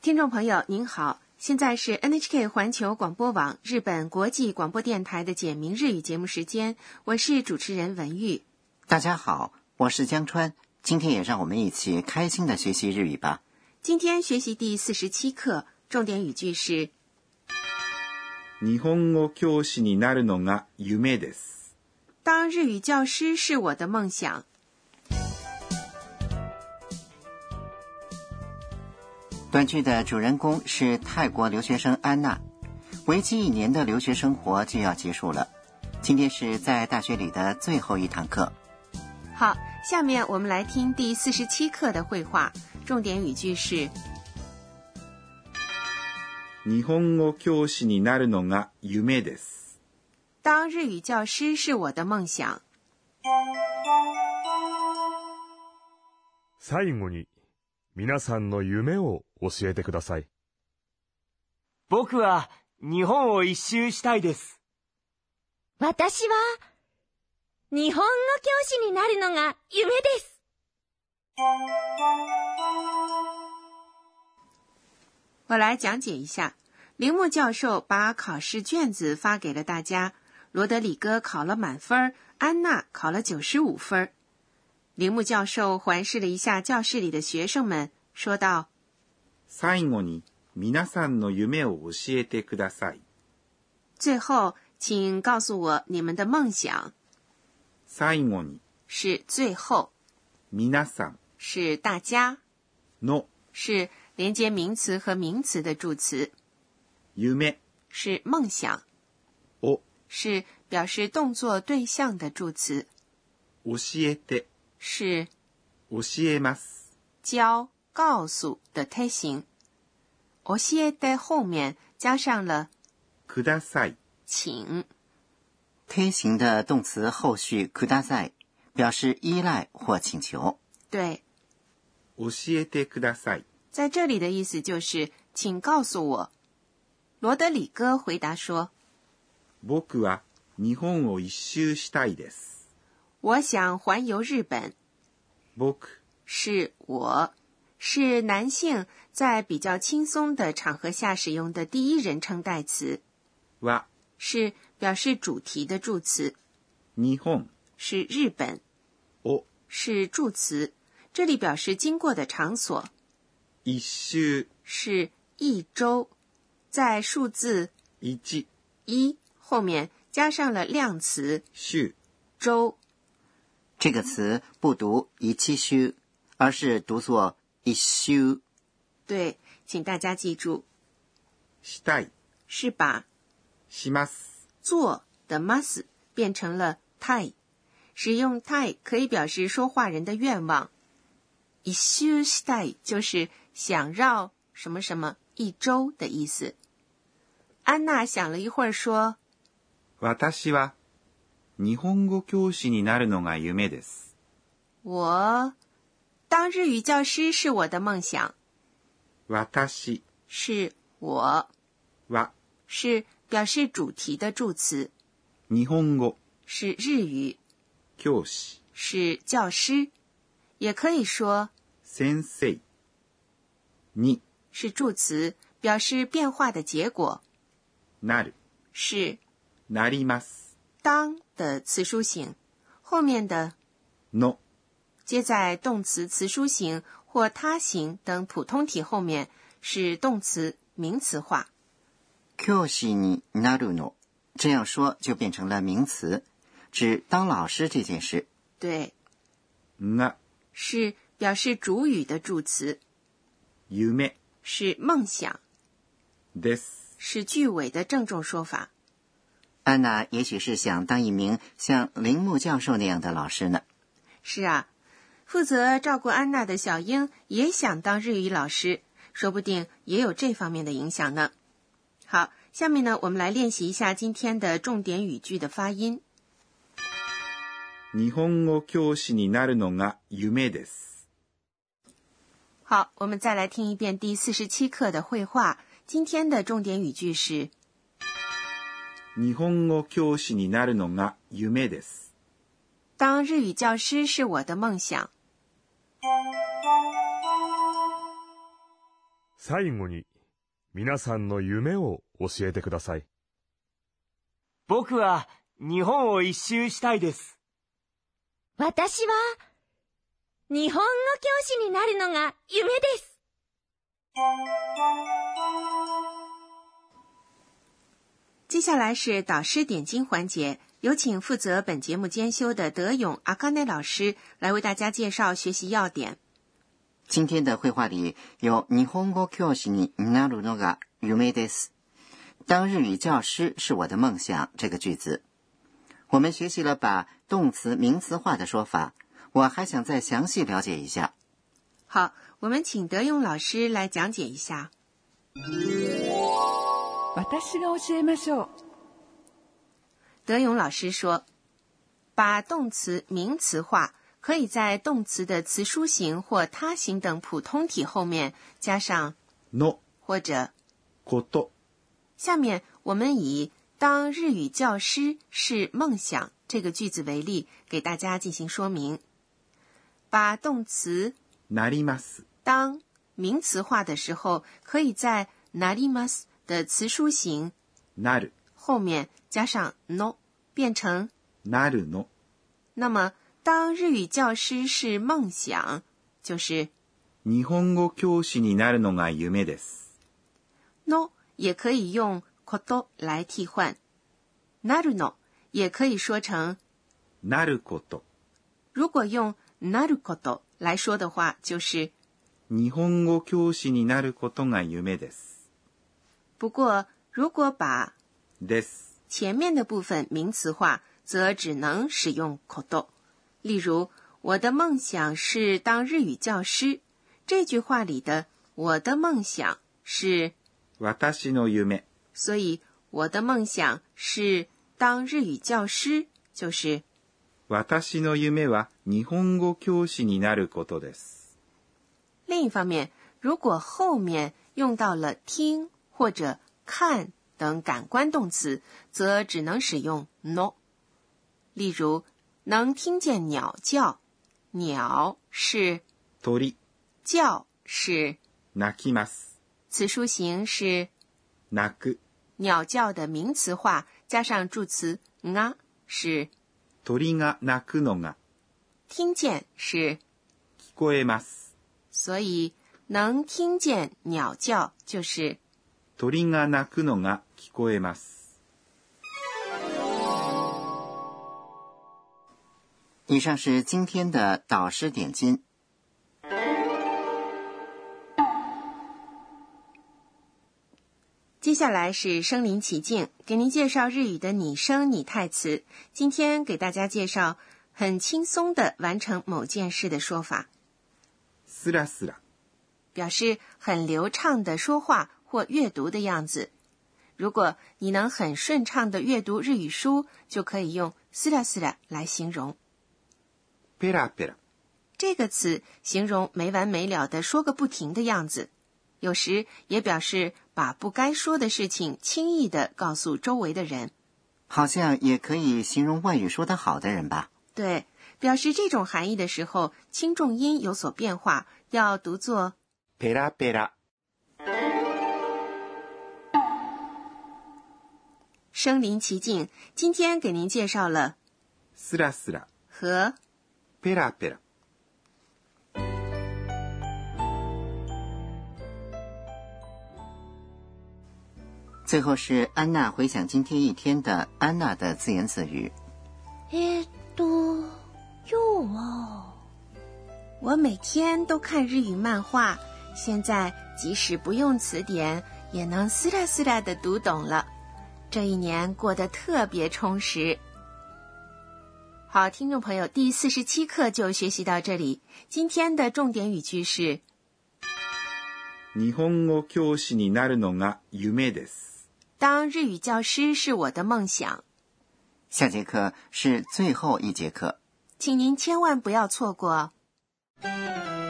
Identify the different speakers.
Speaker 1: 听众朋友您好，现在是 NHK 环球广播网日本国际广播电台的简明日语节目时间，我是主持人文玉。
Speaker 2: 大家好，我是江川，今天也让我们一起开心的学习日语吧。
Speaker 1: 今天学习第四十七课，重点语句是
Speaker 3: 日本語教師になるのが夢です。
Speaker 1: “当日语教师是我的梦想
Speaker 2: 短剧的主人公是泰国留学生安娜，为期一年的留学生活就要结束了。今天是在大学里的最后一堂课。”。
Speaker 1: 好，下面我们来听第四十七课的绘画，重点语句是
Speaker 3: 日本語教師になるのが夢です。
Speaker 1: “当日语教师是我的梦想
Speaker 4: 最後に、皆さんの夢を教えてください。
Speaker 5: 僕は日本を一周したいです。
Speaker 6: 私は、日本語教師になるのが夢です。
Speaker 1: 我来讲解一下。铃木教授把考试卷子发给了大家。罗德里戈考了满分儿，安娜考了九十五分儿。铃木教授环视了一下教室里的学生们，说道
Speaker 3: 最後に皆さんの夢を教えてください。：“
Speaker 1: 最后，请告诉我你们的梦想。
Speaker 3: 最後に”
Speaker 1: 是最后，
Speaker 3: 皆さん
Speaker 1: 是大家，
Speaker 3: の
Speaker 1: 是连接名词和名词的助词，
Speaker 3: 夢
Speaker 1: 是梦想，
Speaker 3: を
Speaker 1: 是表示动作对象的助词，
Speaker 3: 教えて
Speaker 1: 是
Speaker 3: 教えます。
Speaker 1: 教、告诉的推形。教えて后面加上了
Speaker 3: ください。
Speaker 1: 请。
Speaker 2: 推形的动词后续 k u d a s a i 表示依赖或请求。
Speaker 1: 对，
Speaker 3: 教えてください。
Speaker 1: 在这里的意思就是请告诉我。罗德里戈回答说
Speaker 3: 僕は日本を一周したいです。：“
Speaker 1: 我想环游日本。
Speaker 3: 僕”
Speaker 1: 是我，是男性在比较轻松的场合下使用的第一人称代词，
Speaker 3: は
Speaker 1: 是表示主题的助词，
Speaker 3: 日本
Speaker 1: 是日本，
Speaker 3: を
Speaker 1: 是助词。这里表示经过的场所。
Speaker 3: 一周
Speaker 1: 是一周，在数字
Speaker 3: 一
Speaker 1: 一后面加上了量词
Speaker 3: 週
Speaker 1: 周。
Speaker 2: 这个词不读一七修，而是读作一修。
Speaker 1: 对，请大家记住，
Speaker 3: したい
Speaker 1: 是把
Speaker 3: します。
Speaker 1: 做的 must 变成了 tai，使用 tai 可以表示说话人的愿望。一周したい就是想绕什么什么一周的意思。安娜想了一会儿说
Speaker 3: 私は日本語教師になるのが夢です。：“
Speaker 1: 我当日语教师是我的梦想，
Speaker 3: 私
Speaker 1: 是我。”
Speaker 3: は
Speaker 1: 是表示主题的助词，
Speaker 3: 日本語
Speaker 1: 是日语，
Speaker 3: 教師
Speaker 1: 是教师，也可以说
Speaker 3: 先生に
Speaker 1: 是助词，表示变化的结果
Speaker 3: なる
Speaker 1: 是
Speaker 3: なります
Speaker 1: 当的词书形，后面的
Speaker 3: の
Speaker 1: 接在动词词书形或他形等普通体后面是动词名词化。
Speaker 2: 教师になるの，这样说就变成了名词，指当老师这件事。
Speaker 1: 对，
Speaker 3: が
Speaker 1: 是表示主语的助词，
Speaker 3: 夢
Speaker 1: 是梦想，
Speaker 3: です。
Speaker 1: 是句尾的郑重说法。
Speaker 2: 安娜也许是想当一名像铃木教授那样的老师呢。
Speaker 1: 是啊，负责照顾安娜的小英也想当日语老师，说不定也有这方面的影响呢。好，下面呢，我们来练习一下今天的重点语句的发音。
Speaker 3: 日本語教師になるのが夢です。
Speaker 1: 好，我们再来听一遍第四十七课的绘画。今天的重点语句是
Speaker 3: 日本語教師になるのが夢です。：“
Speaker 1: 当日语教师是我的梦想。”
Speaker 4: 最後に、皆さんの夢を教えてください。
Speaker 5: 僕は日本を一周したいです。
Speaker 6: 私は、日本語教師になるのが夢です。
Speaker 1: 接下来是导师点睛环节，有请负责本节目监修的德勇阿卡内老师来为大家介绍学习要点。
Speaker 2: 今天的绘画里有日本語教師になるのが夢です。当日语教师是我的梦想这个句子。我们学习了把动词名词化的说法，我还想再详细了解一下。
Speaker 1: 好，我们请德勇老师来讲解一下。
Speaker 7: 私が教えましょう
Speaker 1: 德勇老师说，把动词名词化，可以在动词的词书形或他形等普通体后面加上
Speaker 3: の
Speaker 1: 或者。
Speaker 3: こと。
Speaker 1: 下面我们以“当日语教师是梦想”这个句子为例，给大家进行说明。把动词
Speaker 3: なります。
Speaker 1: “当”名词化的时候，可以在 “narimas” 的词书形
Speaker 3: なる。
Speaker 1: 后面加上 “no”，变成
Speaker 3: なるの。
Speaker 1: 那么“当日语教师是梦想”就是
Speaker 3: 日本語教師になるのが夢です。
Speaker 1: “no”，也可以用 “koto” 来替换，“naru no” 也可以说成
Speaker 3: なること。
Speaker 1: 如果用なること来说的话，就是
Speaker 3: 日本語教師になることが夢です。
Speaker 1: 不过如果把
Speaker 3: です。
Speaker 1: 前面的部分名词化，则只能使用 koto。例如，我的梦想是当日语教师。这句话里的“我的梦想是
Speaker 3: 私の夢。”，
Speaker 1: 所以“我的梦想是当日语教师”就是
Speaker 3: 私の夢は日本語教師になることです。
Speaker 1: 另一方面，如果后面用到了听或者看等感官动词，则只能使用 no。例如，能听见鸟叫，鸟是
Speaker 3: 鳥、
Speaker 1: 叫是
Speaker 3: 泣きます。
Speaker 1: 词书形是
Speaker 3: 泣く。
Speaker 1: 鸟叫的名词化，加上助词啊是
Speaker 3: 鳥が泣くのが
Speaker 1: 听见是，
Speaker 3: 聞こえます。
Speaker 1: 所以能听见鸟叫就是
Speaker 3: 鳥が泣くのが聞こえます。
Speaker 2: 以上是今天的导师点睛。
Speaker 1: 接下来是身临其境，给您介绍日语的拟声拟态词。今天给大家介绍很轻松的完成某件事的说法，
Speaker 3: スラスラ。
Speaker 1: 表示很流畅的说话或阅读的样子。如果你能很顺畅的阅读日语书，就可以用“斯拉斯拉”来形容。
Speaker 3: ペラペラ。
Speaker 1: 这个词形容没完没了的说个不停的样子，有时也表示把不该说的事情轻易的告诉周围的人。
Speaker 2: 好像也可以形容外语说得好的人吧？
Speaker 1: 对，表示这种含义的时候，轻重音有所变化，要读作。
Speaker 3: ペラペラ。
Speaker 1: 身临其境，今天给您介绍了
Speaker 3: スラスラ。
Speaker 1: 和
Speaker 3: ペラペラ。
Speaker 2: 最后是安娜回想今天一天的安娜的自言自语。
Speaker 6: えーっと、今日は、
Speaker 1: 我每天都看日语漫画，现在即使不用词典，也能撕啦撕啦的读懂了。这一年过得特别充实。好，听众朋友，第四十七课就学习到这里。今天的重点语句是
Speaker 3: 日本語教師になるのが夢です。
Speaker 1: 当日语教师是我的梦想，
Speaker 2: 下节课是最后一节课。
Speaker 1: 请您千万不要错过哦。